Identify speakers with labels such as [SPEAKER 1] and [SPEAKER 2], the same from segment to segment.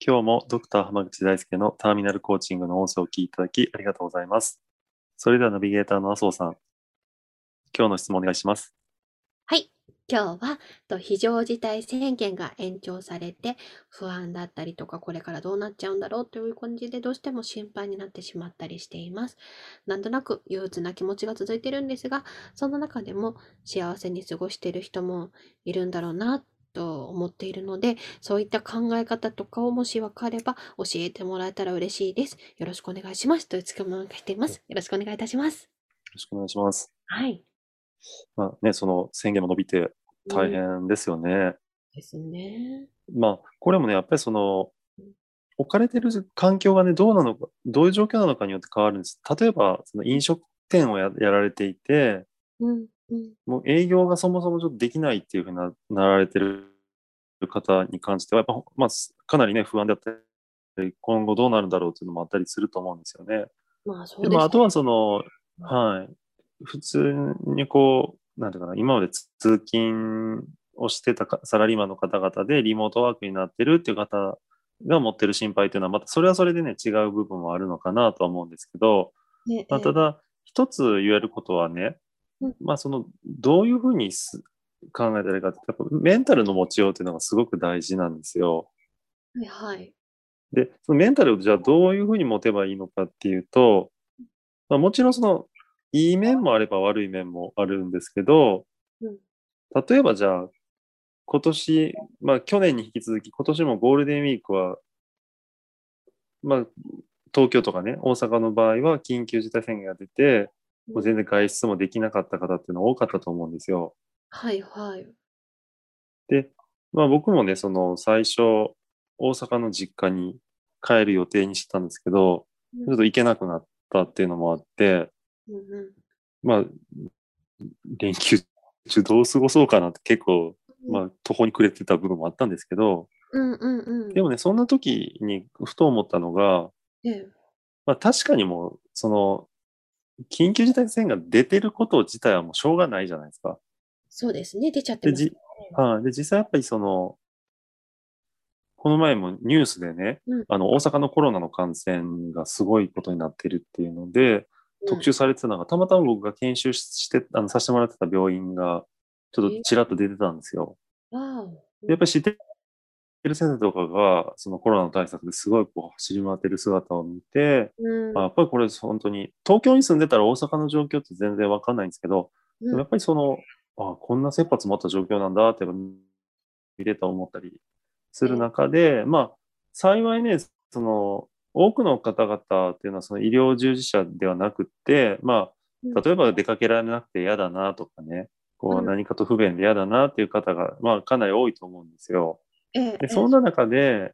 [SPEAKER 1] 今日もドクター浜口大輔のターミナルコーチングの音声をお聞きいただきありがとうございます。それではナビゲーターの麻生さん、今日の質問お願いします。
[SPEAKER 2] はい。今日はと非常事態宣言が延長されて不安だったりとかこれからどうなっちゃうんだろうという感じでどうしても心配になってしまったりしています。なんとなく憂鬱な気持ちが続いてるんですがその中でも幸せに過ごしている人もいるんだろうなと思っているのでそういった考え方とかをもし分かれば教えてもらえたら嬉しいです。よろしくお願いします。という質問が来ています。よろしくお願いいたします。
[SPEAKER 1] よろしくお願いします。
[SPEAKER 2] はい。
[SPEAKER 1] まあね、その宣言も伸びて大
[SPEAKER 2] うん
[SPEAKER 1] 変ですよね。
[SPEAKER 2] ですね。
[SPEAKER 1] まあ、これもね、やっぱりその、置かれてる環境がね、どうなのか、どういう状況なのかによって変わるんです。例えば、その飲食店をややられていて、
[SPEAKER 2] うんうん
[SPEAKER 1] もう営業がそもそもちょっとできないっていうふうななられてる方に関しては、やっぱ、まあ、すかなりね、不安だったり、今後どうなるんだろうっていうのもあったりすると思うんですよね。
[SPEAKER 2] まあそう
[SPEAKER 1] で
[SPEAKER 2] です
[SPEAKER 1] も、あ
[SPEAKER 2] ね
[SPEAKER 1] とはその、はい、普通にこう、なんていうかな、今までつ通勤をしてたかサラリーマンの方々でリモートワークになってるっていう方が持ってる心配というのは、またそれはそれでね、違う部分もあるのかなとは思うんですけど、
[SPEAKER 2] ね
[SPEAKER 1] まあ、
[SPEAKER 2] ええ
[SPEAKER 1] ただ、一つ言えることはね
[SPEAKER 2] うん、
[SPEAKER 1] まあ、そのどういうふうにす考えたらいいかって、やっぱメンタルの持ちようというのがすごく大事なんですよ。
[SPEAKER 2] はいはい。
[SPEAKER 1] で、そのメンタルをじゃあどういうふうに持てばいいのかっていうと、まあ、もちろんそのいい面もあれば悪い面もあるんですけど
[SPEAKER 2] うん、
[SPEAKER 1] 例えばじゃあ、今年、まあ去年に引き続き、今年もゴールデンウィークは、まあ東京とかね、大阪の場合は緊急事態宣言が出て、もう全然外出もできなかった方っていうのは多かったと思うんですよ。
[SPEAKER 2] はいはい。
[SPEAKER 1] で、まあ僕もね、その最初、大阪の実家に帰る予定にしてたんですけど、ちょっと行けなくなったっていうのもあって、
[SPEAKER 2] うんう
[SPEAKER 1] まあ、連休中どう過ごそうかなって結構、
[SPEAKER 2] ん
[SPEAKER 1] まあ途方に暮れてた部分もあったんですけど、
[SPEAKER 2] うんうんうん。
[SPEAKER 1] でもね、そんな時にふと思ったのが、
[SPEAKER 2] ええ
[SPEAKER 1] まあ確かにもう、その、緊急事態宣言が出てること自体はもうしょうがないじゃないですか。
[SPEAKER 2] そうですね。出ちゃって
[SPEAKER 1] で、
[SPEAKER 2] ます
[SPEAKER 1] じ。はい、で、実際やっぱりその、この前もニュースでね、
[SPEAKER 2] うん
[SPEAKER 1] あの、大阪のコロナの感染がすごいことになってるっていうので、特集されてたのが、たまたま僕が研修しして、あの、させてもらってた病院が、ちょっとちらっと出てたんですよ。
[SPEAKER 2] うん。わお。
[SPEAKER 1] でやっぱり知ってる先生とかが、そのコロナの対策ですごいこう走り回ってる姿を見て、
[SPEAKER 2] うん
[SPEAKER 1] あやっぱりこれ本当に、東京に住んでたら大阪の状況って全然わかんないんですけど、でもやっぱりその、あこんな切羽詰まった状況なんだってやっぱ見れた思ったりする中で、まあ、幸いね、その、多くの方々っていうのはその医療従事者ではなくって、ま
[SPEAKER 2] う
[SPEAKER 1] あ、
[SPEAKER 2] ん
[SPEAKER 1] 例えば出かけられなくて嫌だなとかね、こ
[SPEAKER 2] う
[SPEAKER 1] うん何かと不便で嫌だなっていう方が、まあ、かなり多いと思うんですよ。
[SPEAKER 2] ええええ
[SPEAKER 1] で、そんな中で、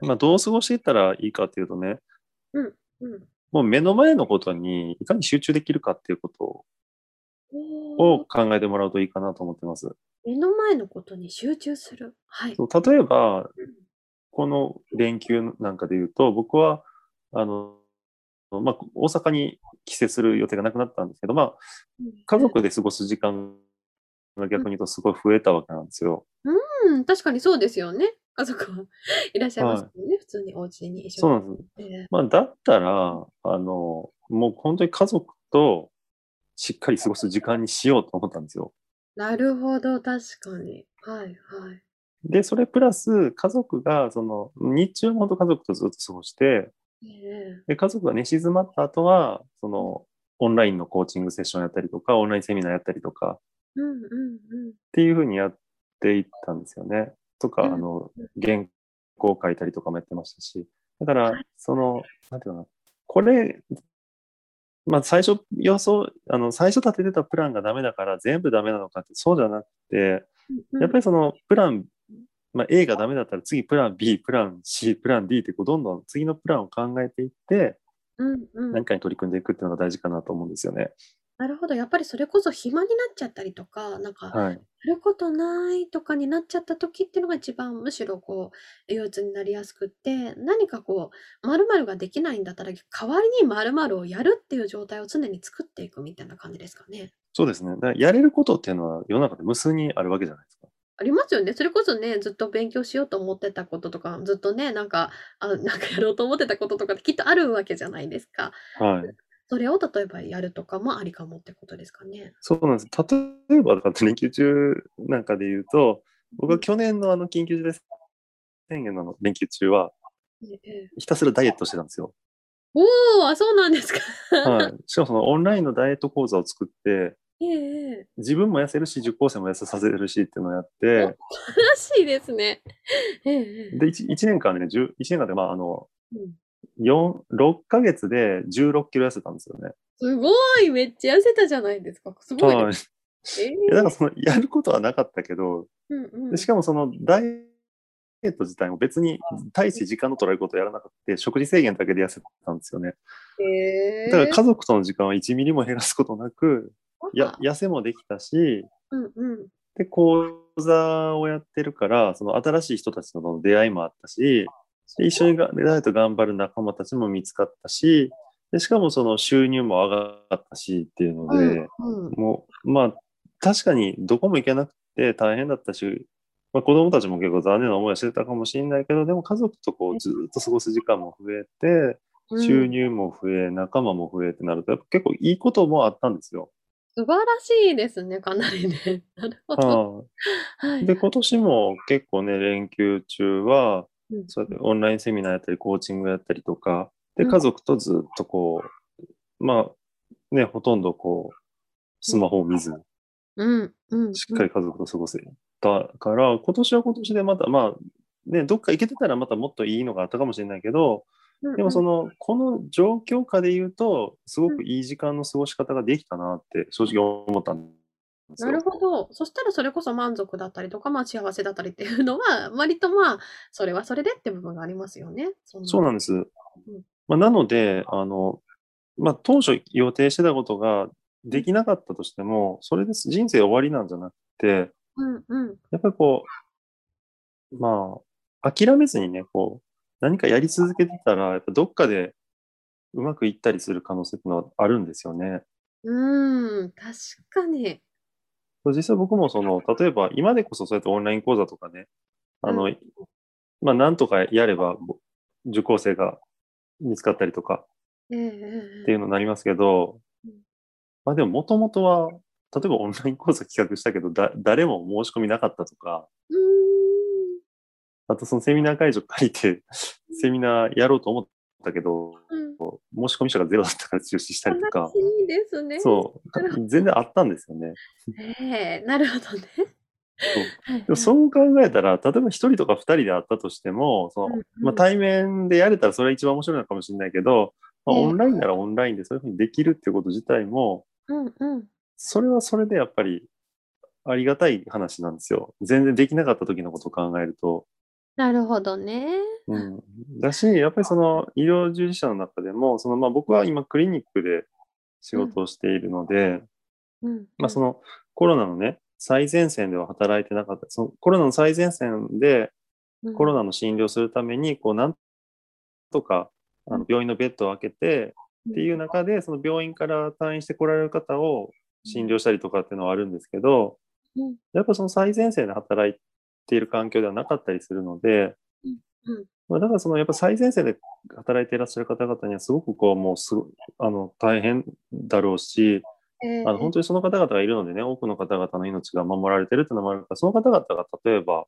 [SPEAKER 1] まあ、どう過ごしていったらいいかっていうとね、
[SPEAKER 2] うん
[SPEAKER 1] もう目の前のことにいかに集中できるかっていうこと
[SPEAKER 2] お
[SPEAKER 1] を
[SPEAKER 2] ー
[SPEAKER 1] 考えてもらうといいかなと思ってます。
[SPEAKER 2] 目の前のことに集中する。はい。
[SPEAKER 1] そう例えば、この連休なんかで言うと、僕は、あの、まあ、大阪に帰省する予定がなくなったんですけど、まあ、家族で過ごす時間が逆に言うとすごい増えたわけなんですよ。
[SPEAKER 2] うん、確かにそうですよね。家族は いらっしゃいますもんね。普通にお家に一
[SPEAKER 1] そう
[SPEAKER 2] 緒
[SPEAKER 1] なんです。
[SPEAKER 2] に。ええ
[SPEAKER 1] まあ、だったら、あの、もう本当に家族としっかり過ごす時間にしようと思ったんですよ。
[SPEAKER 2] なるほど、確かに。はいはい。
[SPEAKER 1] で、それプラス、家族が、その、日中も本当家族とずっと過ごして、
[SPEAKER 2] ええ
[SPEAKER 1] で、家族が寝静まった後は、その、オンラインのコーチングセッションやったりとか、オンラインセミナーやったりとか、っ
[SPEAKER 2] うんうん
[SPEAKER 1] ていうふうにやっていったんですよね。とか、
[SPEAKER 2] うん
[SPEAKER 1] あの、原稿を書いたりとかもやってましたし。だから、その、なんていうのかな。これ、まあ最初予想、あの、最初立ててたプランがダメだから全部ダメなのかって、そうじゃなくて、
[SPEAKER 2] うん。
[SPEAKER 1] やっぱりその、プランまあ、A がダメだったら次プラン B、プラン C、プラン D ってこうどんどん次のプランを考えていって
[SPEAKER 2] うんうん、
[SPEAKER 1] 何かに取り組んでいくっていうのが大事かなと思うんですよね。
[SPEAKER 2] なるほど。やっぱりそれこそ暇になっちゃったりとか、なんか、や
[SPEAKER 1] はい。
[SPEAKER 2] ることないとかになっちゃった時っていうのが一番むしろこう、憂鬱になりやすくって、何かこう、〇〇ができないんだったら、代わりに〇〇をやるっていう状態を常に作っていくみたいな感じですかね。
[SPEAKER 1] そうですね。だからやれることっていうのは世の中で無数にあるわけじゃないですか。
[SPEAKER 2] ありますよね。それこそね、ずっと勉強しようと思ってたこととか、ずっとね、なんか、あ、なんかやろうと思ってたこととかってきっとあるわけじゃないですか。
[SPEAKER 1] はい。
[SPEAKER 2] それを例えばやるとかもありかもってことですかね。
[SPEAKER 1] そうなんです。例えば、だって連休中なんかで言うと、僕は去年のあの緊急事態宣言のあの連休中は、
[SPEAKER 2] ええ
[SPEAKER 1] ひたすらダイエットしてたん ですよ。
[SPEAKER 2] おー、あ、そうなんですか。
[SPEAKER 1] はい。しかもそのオンラインのダイエット講座を作って、
[SPEAKER 2] ええええ
[SPEAKER 1] 自分も痩せるし、受講生も痩せさせるしっていうのをやって、
[SPEAKER 2] らしいですね。ええええ
[SPEAKER 1] で、1, 年間でね、10 1年間で、まあ、あの、
[SPEAKER 2] うん
[SPEAKER 1] 4、6ヶ月で16キロ痩せたんですよね。
[SPEAKER 2] すごい、めっちゃ痩せたじゃないですか。すごい
[SPEAKER 1] はい。
[SPEAKER 2] で
[SPEAKER 1] い
[SPEAKER 2] す。ええ
[SPEAKER 1] やだからその、やることはなかったけど、
[SPEAKER 2] うんうん
[SPEAKER 1] でしかもそのダイエット自体も別に大して時間の取られることをやらなくて食事制限だけで痩せたんですよね
[SPEAKER 2] ええ
[SPEAKER 1] だから家族との時間は1ミリも減らすことなくや痩せもできたし
[SPEAKER 2] うんうん。
[SPEAKER 1] で講座をやってるからその新しい人たちとの出会いもあったしで一緒にがダイエット頑張る仲間たちも見つかったしでしかもその収入も上がったしっていうので、
[SPEAKER 2] うんうん
[SPEAKER 1] もう、まあ、確かにどこも行けなくて大変だったし、まあ、子供たちも結構残念な思いはしてたかもしれないけど、でも家族とこうずっと過ごす時間も増え
[SPEAKER 2] う
[SPEAKER 1] て、
[SPEAKER 2] ん
[SPEAKER 1] 収入も増え、仲間も増えってなると、やっぱ結構いいこともあったんですよ。
[SPEAKER 2] 素晴らしいですね、かなりね。なるほど。
[SPEAKER 1] は、
[SPEAKER 2] はいい。
[SPEAKER 1] で、今年も結構ね、連休中は、
[SPEAKER 2] うん
[SPEAKER 1] そうやってオンラインセミナーやったり、コーチングやったりとか、で、
[SPEAKER 2] うん
[SPEAKER 1] 家族とずっとこう、まあ、ね、ほとんどこう、スマホを見ず、
[SPEAKER 2] うんうん。
[SPEAKER 1] しっかり家族と過ごせたから、今年は今年でまた、まあ、ね、どっか行けてたらまたもっといいのがあったかもしれないけど、
[SPEAKER 2] うん。
[SPEAKER 1] でもそ
[SPEAKER 2] の、
[SPEAKER 1] の、この状況下で言うと、すごくいい時間の過ごし方ができたなって、正直思ったんです
[SPEAKER 2] な
[SPEAKER 1] よ。
[SPEAKER 2] るほど。そしたらそれこそ満足だったりとか、まあ幸せだったりっていうのは、割とまあ、それはそれでって部分がありますよね。そん
[SPEAKER 1] そうなんです。まあ、なので、あの、まあ、当初予定してたことができなかったとしても、それです人生終わりなんじゃなくて、
[SPEAKER 2] うんうん。
[SPEAKER 1] やっぱりこう、まあ、諦めずにね、こう、何かやり続けてたら、やっぱどっかでうまくいったりする可能性っていうのはあるんですよね。
[SPEAKER 2] うーん、確かに。
[SPEAKER 1] 実際僕もその、例えば今でこそそうやってオンライン講座とかね、あの、
[SPEAKER 2] う
[SPEAKER 1] まあ、なんとかやれば、ぼ受講生が見つかったりとか
[SPEAKER 2] ええええ
[SPEAKER 1] っていうのになりますけど
[SPEAKER 2] うん、
[SPEAKER 1] まあでももともとは、例えばオンライン講座企画したけど、だ誰も申し込みなかったとか、
[SPEAKER 2] うーん
[SPEAKER 1] あとそのセミナー会場借りて、セミナーやろうと思ったけど、
[SPEAKER 2] うん
[SPEAKER 1] 申し込み者がゼロだったから中止したりとか
[SPEAKER 2] 悲、しいですね。
[SPEAKER 1] そう、全然あったんですよね。
[SPEAKER 2] ええなるほどね。 はい
[SPEAKER 1] でもそう考えたら、例えば一人とか二人であったとしても、その
[SPEAKER 2] うん
[SPEAKER 1] まあ、対面でやれたらそれが一番面白いのかもしれないけど、まあ、
[SPEAKER 2] ええ
[SPEAKER 1] オンラインならオンラインでそういうふうにできるっていうこと自体も、
[SPEAKER 2] うんうん。
[SPEAKER 1] それはそれでやっぱりありがたい話なんですよ。全然できなかった時のことを考えると。
[SPEAKER 2] なるほどね。
[SPEAKER 1] うんだし、やっぱりその医療従事者の中でも、そのまあ僕は今クリニックで仕事をしているので、
[SPEAKER 2] うん。
[SPEAKER 1] まあそ
[SPEAKER 2] の、
[SPEAKER 1] のコロナのね、最前線では働いてなかった。そのコロナの最前線でコロ
[SPEAKER 2] ナ。
[SPEAKER 1] ナの診療するために、こうなんとかあの病院のベッドを開けてっていう中で、その病院から退院してこられる方を診療したりとかっていうのはあるんですけど
[SPEAKER 2] うん、
[SPEAKER 1] やっぱその最前線で働いている環境ではなかったりするので
[SPEAKER 2] うんうん、
[SPEAKER 1] まあだからそのやっぱ最前線で働いていらっしゃる方々にはすごくこうもうすごあの大変だろうし、
[SPEAKER 2] ええ
[SPEAKER 1] あの本当にその方々がいるのでね、多くの方々の命が守られてるっていうのもあるから、その方々が例えば、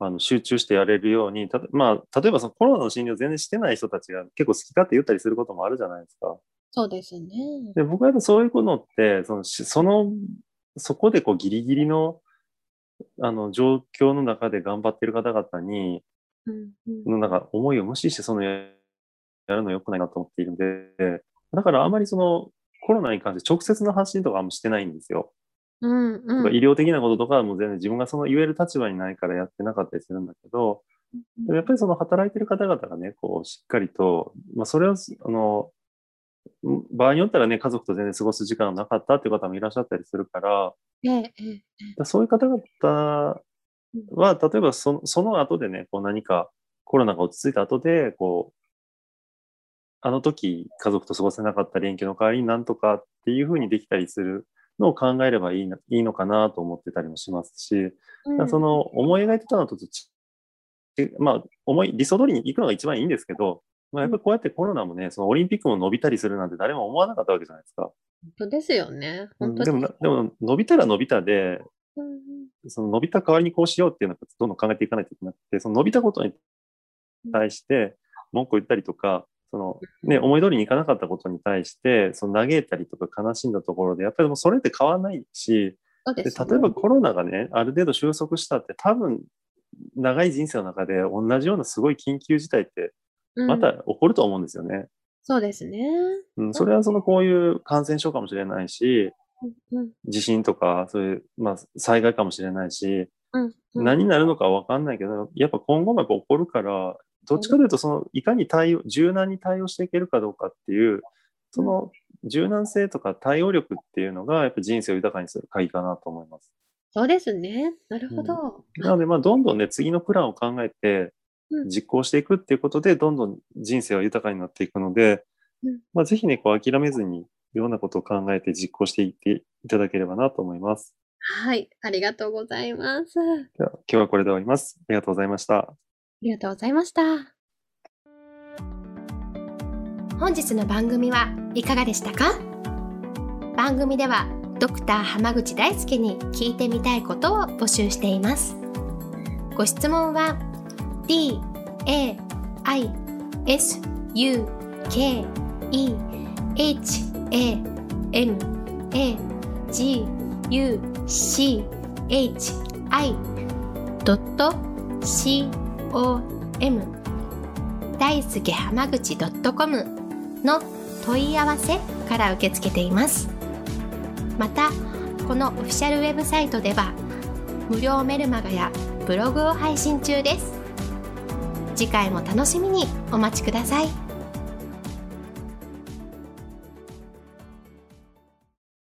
[SPEAKER 1] あの集中してやれるように、たとまあ、例えばそのコロナの診療全然してない人たちが結構好き勝手言ったりすることもあるじゃないですか。
[SPEAKER 2] そうですね。
[SPEAKER 1] で僕はやっぱそういうのって、その、しその、そこでこうギリギリの、あの、状況の中で頑張ってる方々に、
[SPEAKER 2] うんうん
[SPEAKER 1] のなんか思いを無視してそのややるの良くないなと思っているので、だからあまりそのコロナに関して直接の発信とかあんましてないんですよ。
[SPEAKER 2] うん
[SPEAKER 1] と
[SPEAKER 2] う
[SPEAKER 1] か
[SPEAKER 2] ん
[SPEAKER 1] 医療的なこととかはもう全然自分がその言える立場にないからやってなかったりするんだけど、でもやっぱりその働いてる方々がね、こうしっかりと、まあ、それを、あの、場合によったらね、家族と全然過ごす時間がなかったっていう方もいらっしゃったりするから、
[SPEAKER 2] ええええ
[SPEAKER 1] だからそういう方々は、例えばそのその後でね、こう何かコロナが落ち着いた後で、こう、あの時家族と過ごせなかった連休の代わりになんとかっていうふうにできたりするのを考えればいいないいのかなと思ってたりもしますし、だからその思い描いてたのとち、まあ、思い、理想通りに行くのが一番いいんですけど、まあ、やっぱりこうやってコロナもね、そのオリンピックも伸びたりするなんて誰も思わなかったわけじゃないですか。
[SPEAKER 2] 本当ですよね。
[SPEAKER 1] うん
[SPEAKER 2] 本
[SPEAKER 1] で
[SPEAKER 2] 当
[SPEAKER 1] も
[SPEAKER 2] に
[SPEAKER 1] な、でも伸びたら伸びたで、
[SPEAKER 2] うんうん
[SPEAKER 1] その伸びた代わりにこうしようっていうのをどんどん考えていかないといけなくて、その伸びたことに対して文句を言ったりとか、そのね、思い通りにいかなかったことに対して、その嘆いたりとか悲しんだところで、やっぱりもうそれって変わらないし、
[SPEAKER 2] そうで
[SPEAKER 1] です
[SPEAKER 2] ね
[SPEAKER 1] 例えばコロナがね、ある程度収束したって、多分長い人生の中で同じようなすごい緊急事態って
[SPEAKER 2] うん
[SPEAKER 1] また起こると思うんですよね。
[SPEAKER 2] そうですね。
[SPEAKER 1] うん、それはそのこういう感染症かもしれないし、
[SPEAKER 2] うんうん
[SPEAKER 1] 地震とか、そういう、まあ、災害かもしれないし、
[SPEAKER 2] うんうん
[SPEAKER 1] 何になるのかわかんないけど、やっぱ今後もやっぱ起こるから、どっちかというと、その、いかに対応、柔軟に対応していけるかどうかっていう、その柔軟性とか対応力っていうのが、やっぱ人生を豊かにする鍵かなと思います。
[SPEAKER 2] そうですね。なるほど。
[SPEAKER 1] なので、まあ、どんどんね、次のプランを考えて
[SPEAKER 2] う、ん
[SPEAKER 1] 実行していくっていうことで、どんどん人生は豊かになっていくので
[SPEAKER 2] うん、
[SPEAKER 1] まあ、ぜひね、こう、諦めずに、いろんなことを考えて実行していっていただければなと思います。
[SPEAKER 2] はい。ありがとうございます。あ
[SPEAKER 1] では、今日はこれで終わります。ありがとうございました。
[SPEAKER 2] りがとうございました。
[SPEAKER 3] 本日の番組はいかがでしたか番組ではドクター濱口大輔に聞いてみたいことを募集していますご質問は d a i s u k e h a m a g u c h i c o m 大輔濱口 .com の問い合わせから受け付けていますまたこのオフィシャルウェブサイトでは無料メルマガやブログを配信中です次回も楽しみにお待ちください